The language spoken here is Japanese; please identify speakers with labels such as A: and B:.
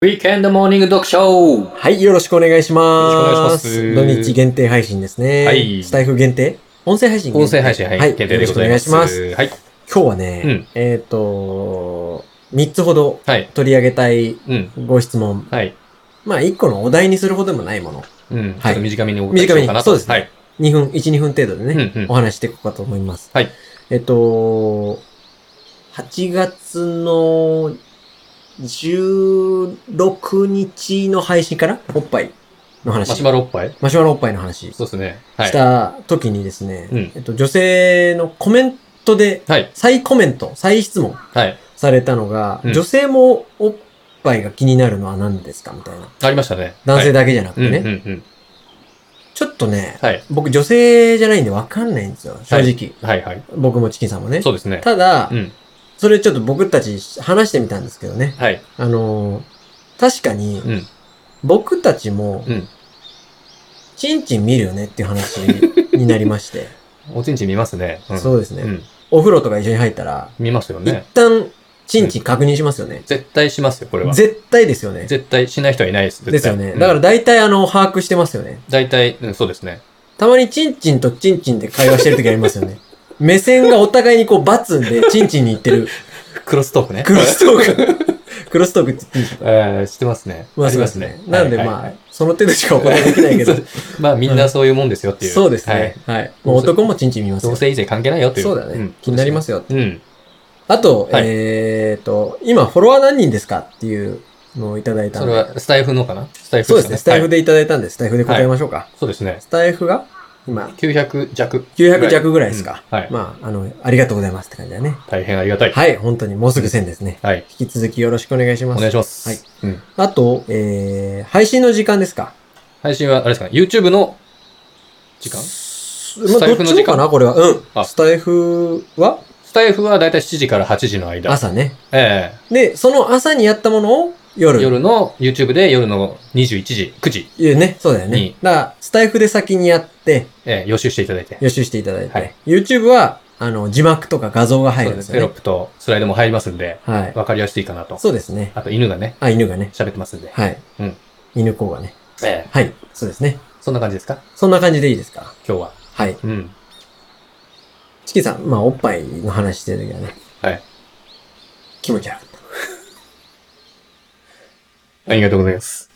A: ウィーケンドモーニング読書は
B: はい、よろしくお願いしま
A: よ
B: す。
A: ろしくお願いします
B: 土日限定配信ですね。
A: はい
B: スタイフ限定音声配信限定
A: 音声配信、はい、
B: はい、
A: 限定でございます。
B: よろしくお願いし
A: はい。
B: ます。今日はね、
A: うん
B: えっ、と、3つほど
A: はい。
B: 取り上げたい
A: うん。
B: ご質問。
A: はい。
B: まあ、1個のお題にするほどでもないもの。
A: うん。
B: い
A: ちょっと短めにお伺いしようかなと。
B: 短めにそうですね
A: はい。
B: 2分、1、2分程度でね、
A: うんうん
B: お話ししていこうかと思います。
A: はい。
B: えっ、と、8月の16日の配信からおっぱいの
A: マ
B: 話。
A: シュマロおっぱい
B: マシュマロおっぱいの話。
A: そうですね。は
B: し
A: い。
B: た時にですね、
A: うん
B: えっと、女性のコメントで、
A: はい。
B: 再コメント、再質問
A: はい。
B: されたのが、
A: うん
B: 女性もおっぱいが気になるのは何ですかみたいな。
A: ありましたね。
B: 男性
A: だ
B: だけじゃなくてね。
A: うんうんうん。
B: ちょっとね、
A: はい。
B: 僕女性じゃないんでわかんないんですよ、正直。
A: はいはい。
B: 僕もチキンさんもね。
A: そうですね。
B: ただ、
A: うん。
B: それちょっと僕たち話してみたんですけどね。
A: はい。
B: あのー確かに、
A: うん
B: 僕たちも、
A: うん
B: チンチン見るよねっていう話になりまして。
A: おちんちん見ますね。 うん
B: そうですね。
A: うん。
B: お風呂とか一緒に入ったら、
A: 見ますよ
B: 一
A: ね。
B: 旦、チンチン確認しますよね。
A: 絶対しますよ、これは。
B: 絶対ですよね。
A: 絶対しない人はいないです。
B: で
A: 絶
B: す
A: 対
B: よね。だか
A: う
B: ら
A: ん
B: 大体あの、把握してますよね。
A: 大体、うんそうですね。
B: たまにチンチンとチンチンで会話してる時ありますよ ね。目線がお互いにこう、バツンでチンチンに行って る。
A: クロストークね。
B: クロストーク。クロストークって言っていいでしょうか
A: えー、知ってますね。
B: まあ、
A: あり
B: そう
A: ま
B: ですす
A: ね
B: ね。。なんで
A: はいはい
B: まあ、その程度しかお答えできないけ ど
A: そ。うまあみんなそういうもんですよっていう。
B: そうです
A: はい
B: ね。。はい。もう男もチンチン見ますよ
A: 同。性以前関係ないよっていう。。
B: そうだね。気になりますすよ。
A: うん。
B: あと、
A: はい
B: えっと、今フォロワー何人ですかっていうのをいただいた
A: そ
B: ん
A: れ
B: で。
A: はスタイフのかなスタイフ
B: そうですね。スタイフ
A: で
B: でいただいたんで、スタイフで答えましょうか。
A: すかね。はいそうですね。
B: スタイフが、今、
A: 900弱。
B: 900弱ぐらいですか。
A: うんはい。
B: まあ、あの、ありがとうございますって感じだね。
A: 大変ありがたい。
B: はい、本当にもうすぐ1000ですね。
A: はい。
B: 引き続きよろしくお願いし
A: お
B: ます。
A: 願いします。
B: はい。
A: うん。
B: あと、えー、配信の時間ですか
A: 配信は、あれですかね、YouTube の時間ス
B: す
A: ス
B: ま
A: タ
B: あ、
A: イ
B: ど
A: フ
B: っ
A: の
B: ち
A: 時間
B: もかなこれは。うん
A: あ。
B: スタイフは
A: タイフはだいたい7時から8時の間。
B: 朝ね。
A: え
B: で、その朝にやったものを
A: え
B: 夜。
A: 夜の YouTube で夜の21時、9時、
B: いやね、そうだよね
A: に。
B: だから、スタイフで先にやって、
A: ええ予習していただいて。
B: 予習していただいて。
A: はい
B: YouTube は、あの、字幕とか画像が入
A: そ
B: る
A: うんで
B: ですす
A: テロ
B: よ
A: ッ
B: ね。
A: プとスライドも入りますんで、
B: はい。
A: わかりやすいかなと。
B: そうですね。
A: あと犬がね、
B: あ、犬がね。
A: 喋ってますんで。
B: はい。
A: うん
B: 犬子がね。
A: ええ
B: はい。そうですね。
A: そんな感じですか
B: そんな感じでいいですか
A: 今日は。
B: はい。
A: うん。
B: チキンさん、まあ、おっぱいの話してる時はね。
A: はい。
B: 気持ち悪かった。
A: ありがとうございます。